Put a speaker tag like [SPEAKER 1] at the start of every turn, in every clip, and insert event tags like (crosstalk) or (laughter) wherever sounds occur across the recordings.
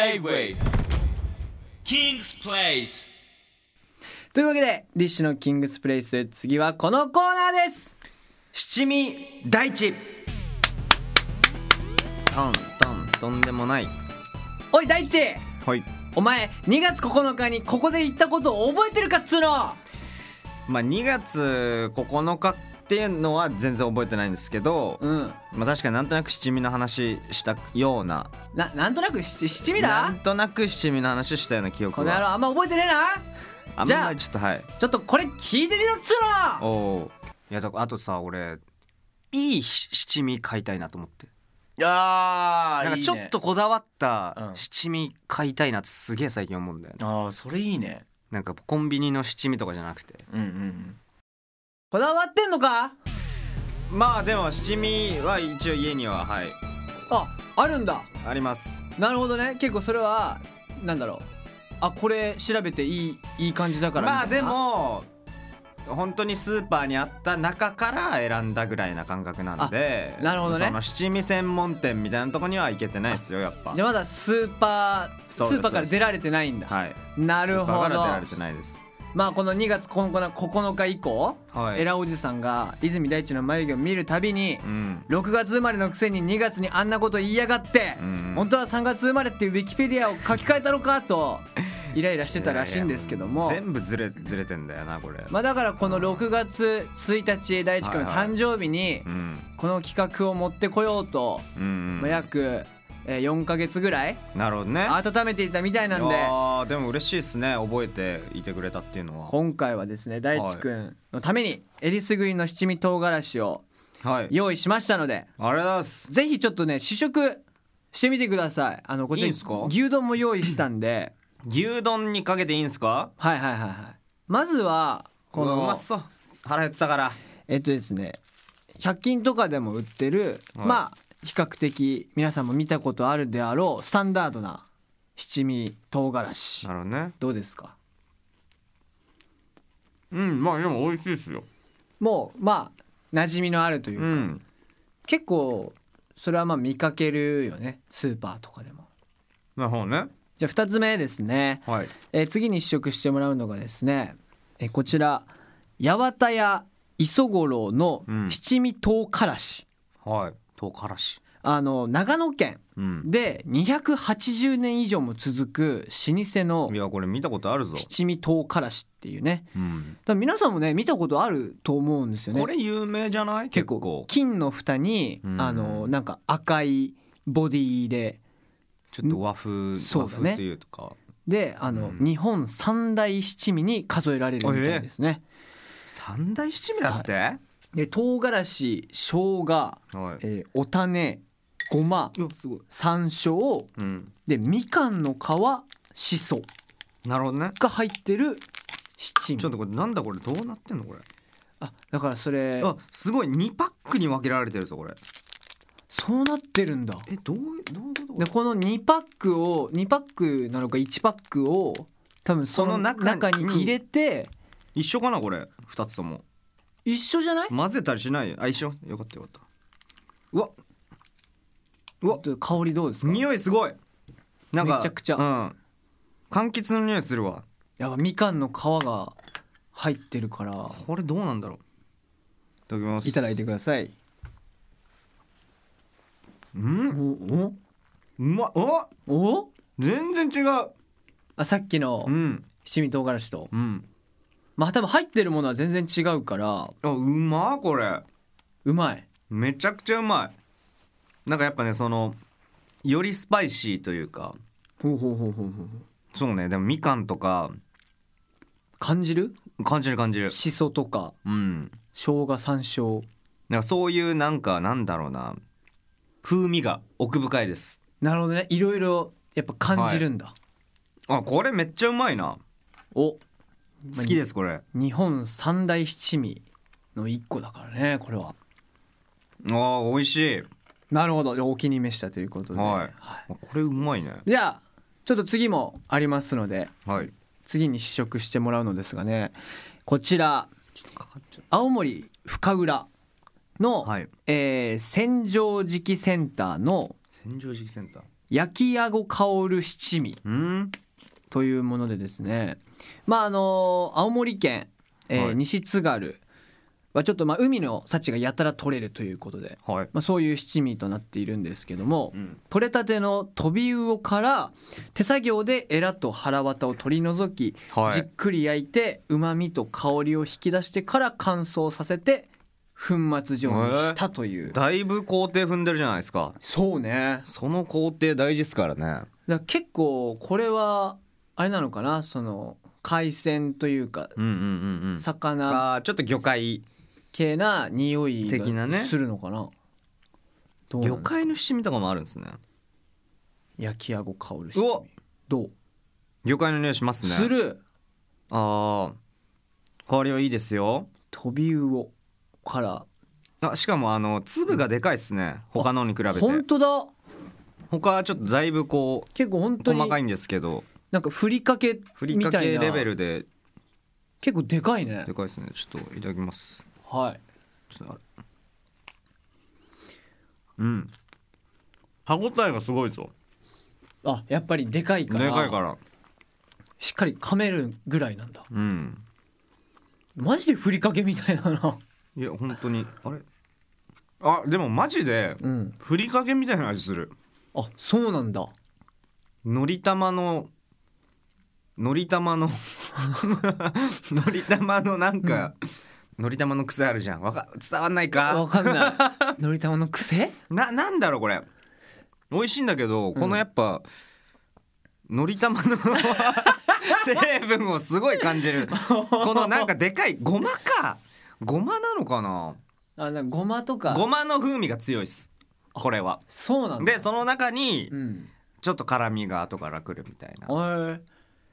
[SPEAKER 1] J-Way King's Place
[SPEAKER 2] というわけでディッシュのキングスプレイス次はこのコーナーです
[SPEAKER 3] 七味大地トントンとんでもない
[SPEAKER 2] おい大地
[SPEAKER 3] はい
[SPEAKER 2] お前2月9日にここで言ったことを覚えてるかっつうの
[SPEAKER 3] まあ2月9日っていうのは全然覚えてないんですけど、
[SPEAKER 2] うん
[SPEAKER 3] まあ確かになんとなく七味の話したような
[SPEAKER 2] ななんとなく七七味
[SPEAKER 3] な
[SPEAKER 2] だ
[SPEAKER 3] んとなく七味の話したような記憶
[SPEAKER 2] この野郎
[SPEAKER 3] は
[SPEAKER 2] あんま覚えてねえな
[SPEAKER 3] あん
[SPEAKER 2] じゃ
[SPEAKER 3] ま
[SPEAKER 2] あ
[SPEAKER 3] りちょっとはい
[SPEAKER 2] ちょっとこれ聞いてみろっつう
[SPEAKER 3] お
[SPEAKER 2] の
[SPEAKER 3] おいやだからあとさ俺いいし七味買いたいなと思って
[SPEAKER 1] あ
[SPEAKER 3] なんかちょっとこだわった
[SPEAKER 1] うん
[SPEAKER 3] 七味買いたいなってすげえ最近思うんだよね
[SPEAKER 1] ああそれいいね
[SPEAKER 3] なんかコンビニの七味とかじゃなくて
[SPEAKER 1] うんうん
[SPEAKER 2] こだわってんのか
[SPEAKER 3] まあでも七味は一応家にははい
[SPEAKER 2] ああるんだ
[SPEAKER 3] あります
[SPEAKER 2] なるほどね結構それはなんだろうあこれ調べていいいい感じだから
[SPEAKER 3] まあ
[SPEAKER 2] みた
[SPEAKER 3] で
[SPEAKER 2] いな
[SPEAKER 3] も本当にスーパーにあった中から選んだぐらいな感覚なんで
[SPEAKER 2] あなるほどね
[SPEAKER 3] その七味専門店みたいなとこには行けてないですよやっぱ
[SPEAKER 2] じゃあまだスーパース
[SPEAKER 3] そうです
[SPEAKER 2] ーパーから出られてないんだ、
[SPEAKER 3] はい
[SPEAKER 2] なる
[SPEAKER 3] スーパー
[SPEAKER 2] ほ
[SPEAKER 3] から
[SPEAKER 2] ど
[SPEAKER 3] 出られてないです
[SPEAKER 2] まあこの2月9日以降、
[SPEAKER 3] はい
[SPEAKER 2] エラおじさんが泉大地の眉毛を見るたびに
[SPEAKER 3] う、ん
[SPEAKER 2] 6月生まれのくせに2月にあんなこと言いやがって、
[SPEAKER 3] うん
[SPEAKER 2] 本当は3月生まれっていうウィキペディアを書き換えたのかとイライラしてたらしいんですけども
[SPEAKER 3] 全部ずれずれてんだよなこれ、
[SPEAKER 2] まあだからこの6月1日大地君の誕生日に
[SPEAKER 3] うん
[SPEAKER 2] この企画を持ってこようと、
[SPEAKER 3] うんうん
[SPEAKER 2] まあ、約えー4ヶ月ぐらい
[SPEAKER 3] なるほどね
[SPEAKER 2] 温めていたみたいなんで
[SPEAKER 3] あでも嬉しいですね覚えていてくれたっていうのは
[SPEAKER 2] 今回はですね大地君のためにえりすぐりの七味唐辛子を
[SPEAKER 3] はい
[SPEAKER 2] 用意しましたので
[SPEAKER 3] あれだす
[SPEAKER 2] ぜひちょっとね試食してみてくださいあのこちら
[SPEAKER 3] いい
[SPEAKER 2] に
[SPEAKER 3] んすか
[SPEAKER 2] 牛丼も用意したんで
[SPEAKER 3] 牛丼にかけていいんすか
[SPEAKER 2] はいはいはいはいまずはこ
[SPEAKER 3] うわう
[SPEAKER 2] の
[SPEAKER 3] まそう腹減ってたから
[SPEAKER 2] えっとですね100均とかでも売ってる、
[SPEAKER 3] はい
[SPEAKER 2] まあ比較的皆さんも見たことあるであろうスタンダードな七味唐辛子
[SPEAKER 3] なるほどね
[SPEAKER 2] どうですか
[SPEAKER 3] うんまあでも美味しいですよ
[SPEAKER 2] もうまあ馴染みのあるという
[SPEAKER 3] う
[SPEAKER 2] か、
[SPEAKER 3] ん
[SPEAKER 2] 結構それはまあ見かけるよねスーパーとかでも
[SPEAKER 3] なるほどね
[SPEAKER 2] じゃあ2つ目ですね
[SPEAKER 3] はい
[SPEAKER 2] えー次に試食してもらうのがですね、えーこちら八幡屋磯五郎の
[SPEAKER 3] うん
[SPEAKER 2] 七味唐辛子、
[SPEAKER 3] はい唐辛子
[SPEAKER 2] あの長野県
[SPEAKER 3] うん
[SPEAKER 2] で280年以上も続く老舗の
[SPEAKER 3] いやこれ見たことあるぞ、
[SPEAKER 2] 七味唐辛子っていうね
[SPEAKER 3] うん、
[SPEAKER 2] 多分皆さんもね見たことあると思うんですよね
[SPEAKER 3] これ有名じゃない
[SPEAKER 2] 結
[SPEAKER 3] 結構
[SPEAKER 2] 構金の蓋に、
[SPEAKER 3] うん
[SPEAKER 2] あのなんか赤いボディで
[SPEAKER 3] ちょっと和風
[SPEAKER 2] そう
[SPEAKER 3] 和
[SPEAKER 2] だね
[SPEAKER 3] 風というとか
[SPEAKER 2] であの、
[SPEAKER 3] うん
[SPEAKER 2] 日本三大七味に数えられるみたいですね、
[SPEAKER 3] 三大七味だって、
[SPEAKER 2] で唐辛子生姜
[SPEAKER 3] はい
[SPEAKER 2] えーお種ごま
[SPEAKER 3] いやすごい
[SPEAKER 2] 山椒
[SPEAKER 3] うん
[SPEAKER 2] でみかんの皮しそ
[SPEAKER 3] なるほどね
[SPEAKER 2] が入ってる七味
[SPEAKER 3] ちょっとこれなんだこれどうなってんのこれ
[SPEAKER 2] あだからそれ
[SPEAKER 3] あすごい二パックに分けられてるぞこれ
[SPEAKER 2] そうなってるんだ
[SPEAKER 3] えどうどういうことこ
[SPEAKER 2] で
[SPEAKER 3] れ
[SPEAKER 2] この2パックを2パックなのか1パックを多分その
[SPEAKER 3] この中に
[SPEAKER 2] 中に入れて
[SPEAKER 3] 一緒かなこれ二つとも
[SPEAKER 2] 一緒じゃない
[SPEAKER 3] 混ぜたりしないよあ一緒よかったよかったうわうわ
[SPEAKER 2] ちょっと香りどうですか
[SPEAKER 3] 匂いすごいなんか
[SPEAKER 2] めちゃくちゃ
[SPEAKER 3] うん柑橘の匂いするわ
[SPEAKER 2] やっぱみかんの皮が入ってるから
[SPEAKER 3] これどうなんだろういただきます
[SPEAKER 2] いただいてください
[SPEAKER 3] う
[SPEAKER 2] お
[SPEAKER 3] んうまお
[SPEAKER 2] おお
[SPEAKER 3] 全然違う
[SPEAKER 2] あさっきの
[SPEAKER 3] うん
[SPEAKER 2] 七味唐辛子と
[SPEAKER 3] うん
[SPEAKER 2] まあ多分入ってるものは全然違うから
[SPEAKER 3] あうまこれ
[SPEAKER 2] うまい
[SPEAKER 3] めちゃくちゃうまいなんかやっぱねそのよりスパイシーというか
[SPEAKER 2] ほうほうほうほうほう
[SPEAKER 3] そうねでもみかんとか
[SPEAKER 2] 感じる
[SPEAKER 3] 感じる感じる
[SPEAKER 2] しそとか
[SPEAKER 3] うん
[SPEAKER 2] 生姜山椒
[SPEAKER 3] なんかそういうなんかなんだろうな風味が奥深いです
[SPEAKER 2] なるほどねいろいろやっぱ感じるんだ、
[SPEAKER 3] あこれめっちゃうまいな
[SPEAKER 2] お
[SPEAKER 3] 好きですこれ
[SPEAKER 2] 日本三大七味の一個だからねこれは
[SPEAKER 3] あー美味しい
[SPEAKER 2] なるほどお気に召したということで、
[SPEAKER 3] はいあこれうまいね
[SPEAKER 2] じゃあちょっと次もありますので
[SPEAKER 3] はい
[SPEAKER 2] 次に試食してもらうのですがねこちら
[SPEAKER 3] かかっちゃ
[SPEAKER 2] 青森深浦の、
[SPEAKER 3] はい
[SPEAKER 2] えー、洗浄磁気センターの
[SPEAKER 3] 洗浄式センター
[SPEAKER 2] 焼きあご香る七味
[SPEAKER 3] うん
[SPEAKER 2] というものでですねまああの青森県、えー
[SPEAKER 3] はい
[SPEAKER 2] 西津軽はちょっとまあ海の幸がやたら取れるということで、
[SPEAKER 3] はい
[SPEAKER 2] まあ、そういう七味となっているんですけども、
[SPEAKER 3] うん
[SPEAKER 2] 取れたてのトビウオから手作業でエラと腹綿を取り除き、
[SPEAKER 3] はい
[SPEAKER 2] じっくり焼いてうまみと香りを引き出してから乾燥させて粉末状にしたという、
[SPEAKER 3] だいぶ工程踏んでるじゃないですか
[SPEAKER 2] そうね
[SPEAKER 3] その工程大事ですからね
[SPEAKER 2] だから結構これはあれなのかなその海鮮というか
[SPEAKER 3] うんうんうんうん
[SPEAKER 2] 魚
[SPEAKER 3] あーちょっと魚介
[SPEAKER 2] 系な匂い
[SPEAKER 3] 的なね
[SPEAKER 2] がするのかなどうな
[SPEAKER 3] 魚
[SPEAKER 2] の
[SPEAKER 3] 介の七味とかもあるんですね
[SPEAKER 2] 焼きあご香るし
[SPEAKER 3] うわ
[SPEAKER 2] どう
[SPEAKER 3] 魚介の匂いしますね
[SPEAKER 2] する
[SPEAKER 3] あー香りはいいですよ
[SPEAKER 2] トビウオから
[SPEAKER 3] あしかもあの粒がでかいですね他のに比べて
[SPEAKER 2] 本当だ
[SPEAKER 3] 他はちょっとだいぶこう
[SPEAKER 2] 結構本当に
[SPEAKER 3] 細かいんですけど
[SPEAKER 2] なんかふりかけ
[SPEAKER 3] ふり
[SPEAKER 2] み
[SPEAKER 3] か
[SPEAKER 2] たい
[SPEAKER 3] け
[SPEAKER 2] な
[SPEAKER 3] レベルで
[SPEAKER 2] 結構でかいね
[SPEAKER 3] でかいですねちょっといただきます
[SPEAKER 2] はい
[SPEAKER 3] ちょっとあれうん歯ごたえがすごいぞ
[SPEAKER 2] あやっぱりでかい
[SPEAKER 3] で
[SPEAKER 2] か
[SPEAKER 3] からいから
[SPEAKER 2] しっかり噛めるぐらいなんだ
[SPEAKER 3] うん
[SPEAKER 2] マジでふりかけみたいだな (laughs)
[SPEAKER 3] いや本当にあれあでもマジで
[SPEAKER 2] うん
[SPEAKER 3] ふりかけみたいな味する
[SPEAKER 2] あそうなんだ
[SPEAKER 3] のり玉ののり
[SPEAKER 2] (laughs)
[SPEAKER 3] 玉ののり玉のなんか、のり玉の癖あるじゃんわか伝わんない
[SPEAKER 2] わか
[SPEAKER 3] か
[SPEAKER 2] んないのりたまの癖
[SPEAKER 3] ななんだろうこれ美味しいんだけどこのやっぱ、のり玉の (laughs) 成分をすごい感じるこのなんかでかいごまかごまなのかな
[SPEAKER 2] あなんかごまとか
[SPEAKER 3] ごまの風味が強いですこれは
[SPEAKER 2] そうなんだ
[SPEAKER 3] でその中に
[SPEAKER 2] うん
[SPEAKER 3] ちょっと辛みが後から来るみたいな
[SPEAKER 2] へえ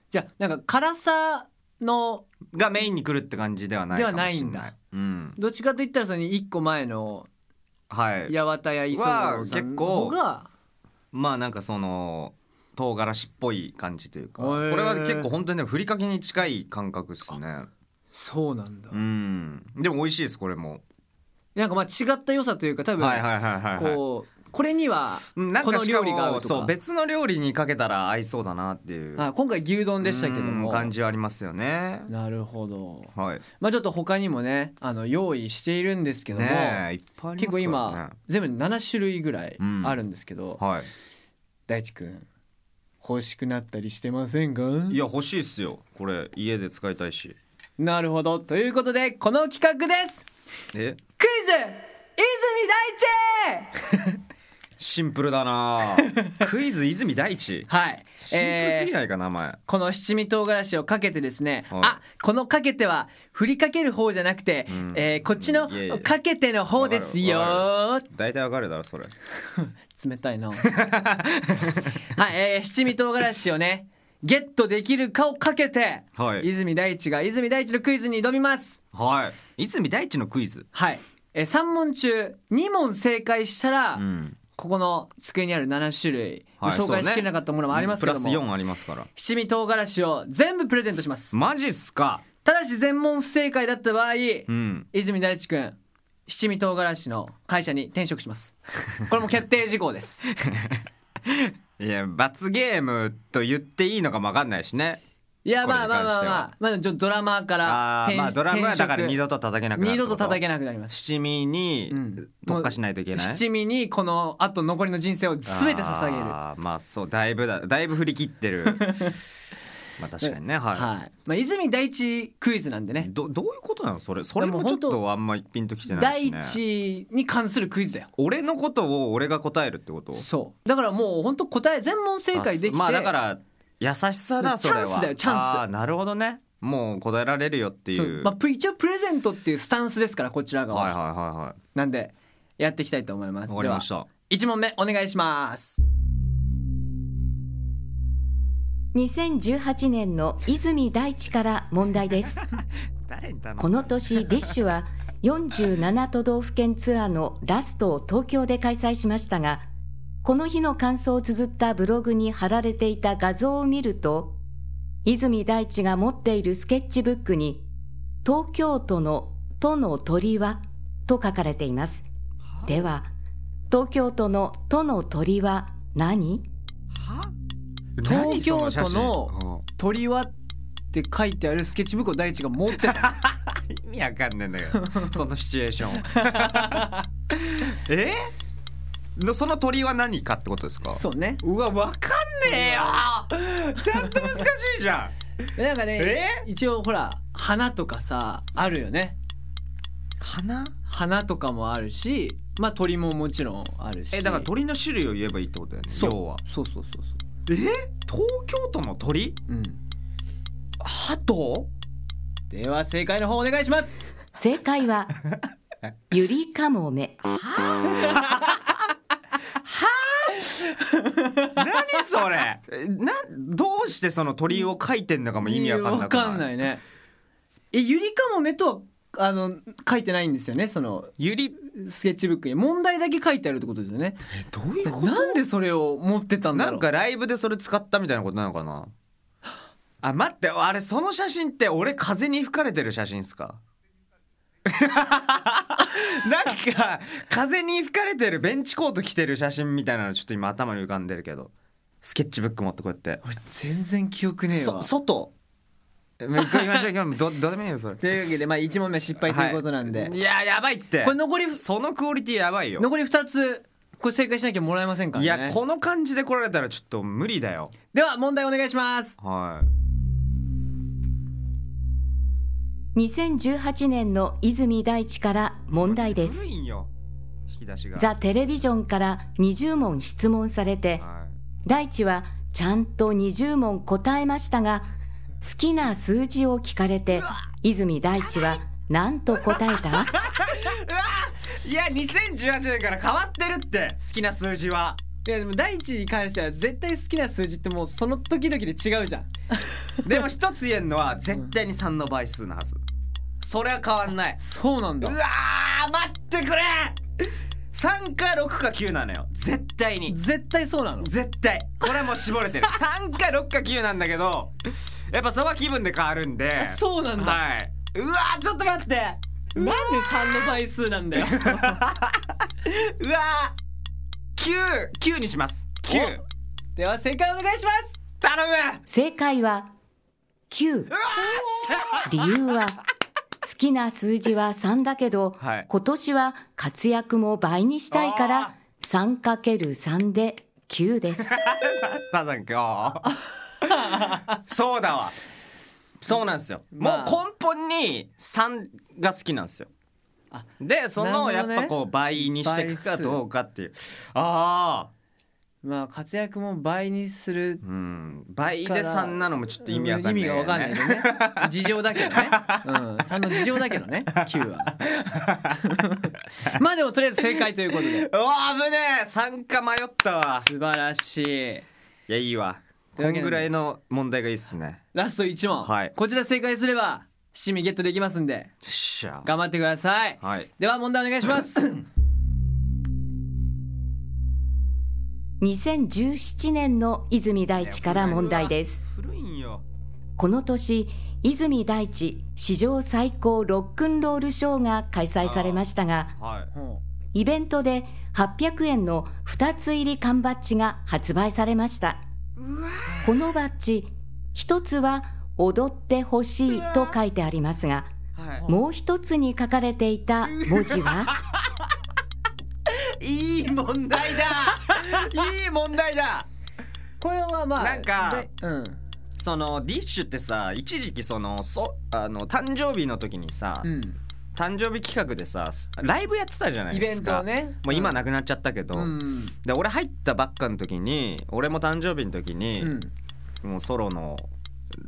[SPEAKER 2] じゃあなんか辛さの
[SPEAKER 3] がメインに来るって感じではないかもしれない
[SPEAKER 2] ではないんだ
[SPEAKER 3] うん、
[SPEAKER 2] どっちかと言ったらその1個前の
[SPEAKER 3] はい
[SPEAKER 2] 八幡屋磯野さんの方が
[SPEAKER 3] まあなんかその唐辛子っぽい感じというか
[SPEAKER 2] へ
[SPEAKER 3] こ
[SPEAKER 2] ー
[SPEAKER 3] れは結構本当にねふりかけに近い感覚ですね
[SPEAKER 2] そうなんだ、
[SPEAKER 3] うんでも美味しいですこれも
[SPEAKER 2] なんかまあ違った良さというか多分、
[SPEAKER 3] はいはいはいはいはい
[SPEAKER 2] こうこれには
[SPEAKER 3] うんなんかしか
[SPEAKER 2] この料理が合う
[SPEAKER 3] も
[SPEAKER 2] とか
[SPEAKER 3] そう別の料理にかけたら合いそうだなっていう
[SPEAKER 2] あ今回牛丼でしたけど
[SPEAKER 3] う
[SPEAKER 2] も
[SPEAKER 3] ん感じはありますよね
[SPEAKER 2] なるほど
[SPEAKER 3] はい
[SPEAKER 2] まあちょっと他にもねあの用意しているんですけども、
[SPEAKER 3] ねえいっぱいありますからね
[SPEAKER 2] 結構今、全部で7種類ぐらい
[SPEAKER 3] うん
[SPEAKER 2] あるんですけど、
[SPEAKER 3] は
[SPEAKER 2] 大地くん欲しくなったりしてませんか
[SPEAKER 3] い、いや欲しいっすよこれ家で使いたいし
[SPEAKER 2] なるほどということでこの企画です
[SPEAKER 3] え
[SPEAKER 2] クイズ泉大地
[SPEAKER 3] シンプルだ
[SPEAKER 2] (laughs)
[SPEAKER 3] なクイズ泉大地
[SPEAKER 2] はい
[SPEAKER 3] シンプルすぎないか名前
[SPEAKER 2] この七味唐辛子をかけてですね、
[SPEAKER 3] はい
[SPEAKER 2] あこのかけては振りかける方じゃなくて、
[SPEAKER 3] ん
[SPEAKER 2] えーこっちの
[SPEAKER 3] いやいや
[SPEAKER 2] かけての方ですよ
[SPEAKER 3] わか大体わかるだろそれ
[SPEAKER 2] 冷たいな (laughs) はい、えー七味唐辛子をねゲットできるかをかけて、
[SPEAKER 3] はい
[SPEAKER 2] 泉大地が泉大地のクイズに挑みます
[SPEAKER 3] はい泉大地のクイズ
[SPEAKER 2] はい、え3問中2問正解したら、
[SPEAKER 3] ん
[SPEAKER 2] ここの机にある7種類、
[SPEAKER 3] は
[SPEAKER 2] 紹
[SPEAKER 3] いそう
[SPEAKER 2] 介
[SPEAKER 3] ね
[SPEAKER 2] しきれなかったものもありますけども、
[SPEAKER 3] プラス4ありますから
[SPEAKER 2] 七味唐辛子を全部プレゼントします
[SPEAKER 3] マジっすか
[SPEAKER 2] ただし全問不正解だった場合、
[SPEAKER 3] うん
[SPEAKER 2] 泉大地君七味唐辛子の会社に転職し
[SPEAKER 3] (laughs)
[SPEAKER 2] ますこれも決定事項です
[SPEAKER 3] いや罰ゲームと言っていいのかもわかんないしね
[SPEAKER 2] いやまあまあまあ
[SPEAKER 3] これに関して
[SPEAKER 2] ま
[SPEAKER 3] は
[SPEAKER 2] あまあちょっとドラマーから
[SPEAKER 3] あー
[SPEAKER 2] 転
[SPEAKER 3] まあドラムはだから二
[SPEAKER 2] 転職
[SPEAKER 3] 度と叩けなくなる
[SPEAKER 2] 二度と叩け
[SPEAKER 3] な
[SPEAKER 2] な
[SPEAKER 3] い
[SPEAKER 2] くなります
[SPEAKER 3] 七味に
[SPEAKER 2] うん
[SPEAKER 3] 特化しないといけない、
[SPEAKER 2] 七味にこのあと残りの人生を全て捧げるは
[SPEAKER 3] あーまあそうだいぶだだいぶ振り切って
[SPEAKER 2] (laughs)
[SPEAKER 3] るまあ確かにねはい
[SPEAKER 2] い、まあ、泉大地クイズなんでね
[SPEAKER 3] どどういうことなのそれそれも
[SPEAKER 2] でも
[SPEAKER 3] ちょ
[SPEAKER 2] 本
[SPEAKER 3] っ
[SPEAKER 2] 当
[SPEAKER 3] とあんまりピンときてな
[SPEAKER 2] 大
[SPEAKER 3] いですね
[SPEAKER 2] 地に関するクイズだよ
[SPEAKER 3] 俺のことを俺が答えるってこと
[SPEAKER 2] そうだからもう本当答え全問正解できて
[SPEAKER 3] あまあだから優しさだそれ
[SPEAKER 2] チャ
[SPEAKER 3] は
[SPEAKER 2] ンスだよチャンス
[SPEAKER 3] あーなるほどねもう答えられるよってい
[SPEAKER 2] そう
[SPEAKER 3] う
[SPEAKER 2] まあ、プ一応プレゼントっていうスタンスですからこちら側は
[SPEAKER 3] はいはいはいはい
[SPEAKER 2] なんでやっていきたいと思います
[SPEAKER 3] わかりました
[SPEAKER 2] では1問目お願いします
[SPEAKER 4] 2018年の泉大地から問題です
[SPEAKER 3] 誰に頼
[SPEAKER 4] この年ディッシュは47都道府県ツアーのラストを東京で開催しましたがこの日の感想を綴ったブログに貼られていた画像を見ると泉大地が持っているスケッチブックに「東京都の都の鳥は」と書かれていますでは東京都の都の鳥は何
[SPEAKER 2] 東京都
[SPEAKER 3] 何そ
[SPEAKER 2] の鳥はって書いてあるスケッチブックを大地が持って
[SPEAKER 3] (laughs)
[SPEAKER 2] た
[SPEAKER 3] 写真うん意味わかんないんだけど (laughs) そのシチュエーションえのその鳥は何かってことですか
[SPEAKER 2] そうね
[SPEAKER 3] うわわかんねえよちゃんと難しい
[SPEAKER 2] (laughs)
[SPEAKER 3] じゃん
[SPEAKER 2] なんかね
[SPEAKER 3] え
[SPEAKER 2] 一応ほら花とかさあるよね
[SPEAKER 3] 花
[SPEAKER 2] 花とかもあるしまあ鳥ももちろんあるし
[SPEAKER 3] えだから鳥の種類を言えばいいってことだよね
[SPEAKER 2] そう
[SPEAKER 3] 要は
[SPEAKER 2] そうそうそうそ
[SPEAKER 3] え東京都の鳥
[SPEAKER 2] ううん
[SPEAKER 3] 鳩
[SPEAKER 2] では正解の方お願いします
[SPEAKER 4] 正解はゆりかもめ
[SPEAKER 3] 何それ (laughs) えなどうしてその鳥を描いてんのかも意味わかんなくない
[SPEAKER 2] わかんないねえゆりかもめとはあの書いてないんですよねその
[SPEAKER 3] ゆり
[SPEAKER 2] スケッチブックに問題だけ書いてあるってことですよね
[SPEAKER 3] どういうこと
[SPEAKER 2] なんでそれを持ってたんだ
[SPEAKER 3] な
[SPEAKER 2] ろうん
[SPEAKER 3] かライブでそれ使ったみたいなことなのかな (gasps) あ待ってあれその写真って俺風に吹かれてる写真っすか (laughs) なんか風に吹かれてるベンチコート着てる写真みたいなのちょっと今頭に浮かんでるけどスケッチブック持ってこうやって
[SPEAKER 2] 俺全然記憶ねえわ
[SPEAKER 3] そ外えもう一回言いましょう行きましょうどどう (laughs) でもいいよそれ
[SPEAKER 2] というわけでまあ1問目失敗ということなんで、
[SPEAKER 3] はいいややばいって
[SPEAKER 2] これ残り
[SPEAKER 3] そのクオリティやばいよ
[SPEAKER 2] 残り2つこれ正解しなきゃもらえませんから
[SPEAKER 3] い
[SPEAKER 2] ね
[SPEAKER 3] やこの感じで来られたらちょっと無理だよ
[SPEAKER 2] では問題お願いします
[SPEAKER 3] はい
[SPEAKER 4] 2018年の泉大地から問題です
[SPEAKER 3] 古いんよ引き出しが
[SPEAKER 4] ザ・テレビジョンから20問質問されて
[SPEAKER 3] は
[SPEAKER 4] 大地はちゃんと20問答えましたが好きな数字を聞かれて泉大地は何と答えた
[SPEAKER 3] い、いや2018年から変わってるって好きな数字はい
[SPEAKER 2] やでも第一に関しては絶対好きな数字ってもうその時々で違うじゃん
[SPEAKER 3] でも一つ言えんのは絶対に3の倍数なはずそれは変わんない
[SPEAKER 2] そうなん
[SPEAKER 3] う
[SPEAKER 2] だ
[SPEAKER 3] わー待ってくれ3か6か9なのよ絶対に
[SPEAKER 2] 絶対そうなの
[SPEAKER 3] 絶対これはもう絞れ
[SPEAKER 2] (laughs)
[SPEAKER 3] てる3か6か9なんだけどやっぱそれは気分で変わるんで
[SPEAKER 2] あそうなんだ、
[SPEAKER 3] はいうわーちょっと待って
[SPEAKER 2] なんで3の倍数なんだ (laughs) よ
[SPEAKER 3] うわー99にします9
[SPEAKER 2] では正解お願いします
[SPEAKER 3] 頼む
[SPEAKER 4] 正解は9理由は好きな数字は3だけど、
[SPEAKER 3] はい
[SPEAKER 4] 今年は活躍も倍にしたいか
[SPEAKER 3] あー
[SPEAKER 4] ら 3×3 で9です
[SPEAKER 3] サザンか。
[SPEAKER 2] (laughs)
[SPEAKER 3] そうだわ。そうなんですよ。
[SPEAKER 2] まあ
[SPEAKER 3] もう根本に三が好きなんですよ
[SPEAKER 2] あ。
[SPEAKER 3] でその
[SPEAKER 2] なる
[SPEAKER 3] や
[SPEAKER 2] ほど
[SPEAKER 3] っ
[SPEAKER 2] ね
[SPEAKER 3] ぱこう倍にしていくかどうかっていう。ああ。
[SPEAKER 2] まあ活躍も倍にする
[SPEAKER 3] うん。倍で三なのもちょっと意味わかんない、
[SPEAKER 2] 意味がわかんないけど。ね事情だけどね、うん、3の事情だけどね9は (laughs) まあでもとりあえず正解ということで
[SPEAKER 3] (laughs) うわあ危ねえ。三か迷ったわ。
[SPEAKER 2] 素晴らしい
[SPEAKER 3] いやいいわ。
[SPEAKER 2] と
[SPEAKER 3] こ
[SPEAKER 2] いうわけで
[SPEAKER 3] んぐらいの問題がいいっすね。よ
[SPEAKER 2] ラスト1問、
[SPEAKER 3] はい
[SPEAKER 2] こちら正解すれば七味ゲットできますんで
[SPEAKER 3] っしゃ。
[SPEAKER 2] 頑張ってください、
[SPEAKER 3] はい。
[SPEAKER 2] では問題お願いします
[SPEAKER 4] 2017年の泉大地から問題です
[SPEAKER 3] 古いんよ。
[SPEAKER 4] この年泉大地史上最高ロックンロールショーが開催されましたが
[SPEAKER 3] はい。
[SPEAKER 4] イベントで800円の2つ入り缶バッジが発売されましたこのバッジ1つは「踊ってほしい」と書いてありますが
[SPEAKER 3] は
[SPEAKER 4] もう1つに書かれていた文字は
[SPEAKER 3] い。いい問題だ。 (laughs) いい問題だ。
[SPEAKER 2] これはまあ
[SPEAKER 3] なんか
[SPEAKER 2] でうん
[SPEAKER 3] そのディッシュってさ一時期そのそあの誕生日の時にさ、
[SPEAKER 2] うん
[SPEAKER 3] 誕生日企画でさライブやってたじゃない
[SPEAKER 2] イ
[SPEAKER 3] で
[SPEAKER 2] ベ
[SPEAKER 3] す
[SPEAKER 2] ン
[SPEAKER 3] か
[SPEAKER 2] トをね
[SPEAKER 3] もう今なくなっちゃったけど、
[SPEAKER 2] うん
[SPEAKER 3] で俺入ったばっかの時に俺も誕生日の時に、
[SPEAKER 2] うん
[SPEAKER 3] もうソロの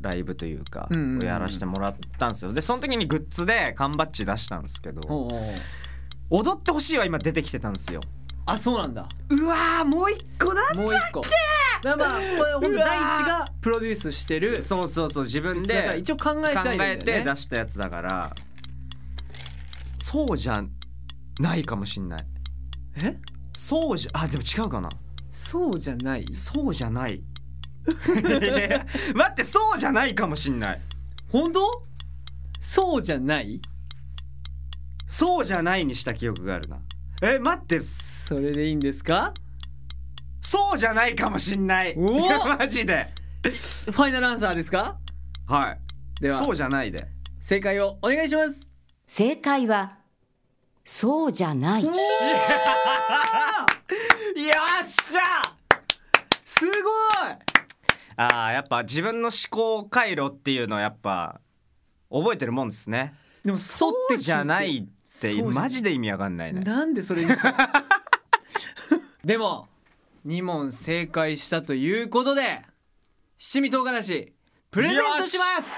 [SPEAKER 3] ライブというか、
[SPEAKER 2] うんうんうん
[SPEAKER 3] をやらせてもらったんですよでその時にグッズで缶バッジ出したんですけど
[SPEAKER 2] おうおうおう
[SPEAKER 3] 「踊ってほしい」は今出てきてたんですよ
[SPEAKER 2] あそうなんだ
[SPEAKER 3] うわーもう一個だ
[SPEAKER 2] もう一個だからまあこれ本
[SPEAKER 3] う
[SPEAKER 2] 当
[SPEAKER 3] わー
[SPEAKER 2] 第一がプロデュースしてる
[SPEAKER 3] そうそうそう自分
[SPEAKER 2] だから
[SPEAKER 3] で
[SPEAKER 2] 一応考え
[SPEAKER 3] 考
[SPEAKER 2] たいんだ
[SPEAKER 3] え
[SPEAKER 2] よ
[SPEAKER 3] て
[SPEAKER 2] ね
[SPEAKER 3] 出したやつだからそうじゃないかもしんない
[SPEAKER 2] え
[SPEAKER 3] そうじゃあでも違うかな
[SPEAKER 2] そうじゃない
[SPEAKER 3] そうじゃない (laughs) 待ってそうじゃないかもしんない
[SPEAKER 2] 本当そうじゃない
[SPEAKER 3] そうじゃないにした記憶があるなえ待ってそ
[SPEAKER 2] それでいいんですか
[SPEAKER 3] そうじゃないかもしんない
[SPEAKER 2] お
[SPEAKER 3] (laughs) マジで
[SPEAKER 2] ファイナルアンサーですか
[SPEAKER 3] はい
[SPEAKER 2] では
[SPEAKER 3] そうじゃないで
[SPEAKER 2] 正解をお願いします
[SPEAKER 4] 正解はそうじゃない
[SPEAKER 3] (laughs) よっしゃすごいあーやっぱ自分の思考回路っていうのはやっぱ覚えてるもんですね
[SPEAKER 2] でも
[SPEAKER 3] そ
[SPEAKER 2] そう
[SPEAKER 3] じゃないっ
[SPEAKER 2] そう
[SPEAKER 3] て
[SPEAKER 2] じゃない
[SPEAKER 3] マジで意味わかんないね
[SPEAKER 2] なんでそれにしたの (laughs) でも2問正解したということで七味唐辛子プレゼントします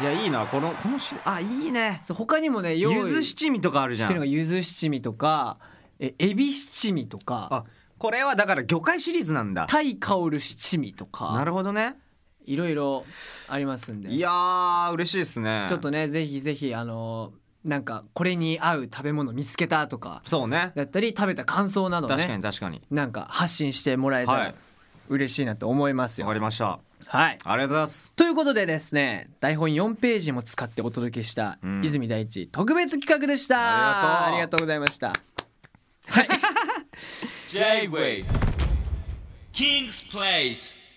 [SPEAKER 3] いやいいなこのこのしあいいね
[SPEAKER 2] そう他にもね用意
[SPEAKER 3] 柚子
[SPEAKER 2] し
[SPEAKER 3] 七味とかあるじゃ
[SPEAKER 2] てるのが
[SPEAKER 3] ん
[SPEAKER 2] ゆず七味とかえエビ七味とか
[SPEAKER 3] あこれはだから魚介シリーズなんだ
[SPEAKER 2] タイ香る七味とか
[SPEAKER 3] なるほどね
[SPEAKER 2] いろいろありますんで
[SPEAKER 3] いやー嬉しいですね
[SPEAKER 2] ちょっとねぜひぜひあのーなんかこれに合う食べ物見つけたとか
[SPEAKER 3] そうね
[SPEAKER 2] だったり食べた感想など
[SPEAKER 3] 確か
[SPEAKER 2] ね
[SPEAKER 3] に確かに
[SPEAKER 2] なんか発信してもらえた
[SPEAKER 3] は
[SPEAKER 2] ら
[SPEAKER 3] い
[SPEAKER 2] 嬉しいなと思います
[SPEAKER 3] わ
[SPEAKER 2] よ。
[SPEAKER 3] かりました
[SPEAKER 2] はい、
[SPEAKER 3] ありがとうございます
[SPEAKER 2] ということでですね台本4ページも使ってお届けした、
[SPEAKER 3] うん
[SPEAKER 2] 泉大地特別企画でした
[SPEAKER 3] ありがとう
[SPEAKER 2] ありがとうございました
[SPEAKER 1] J-Way King's Place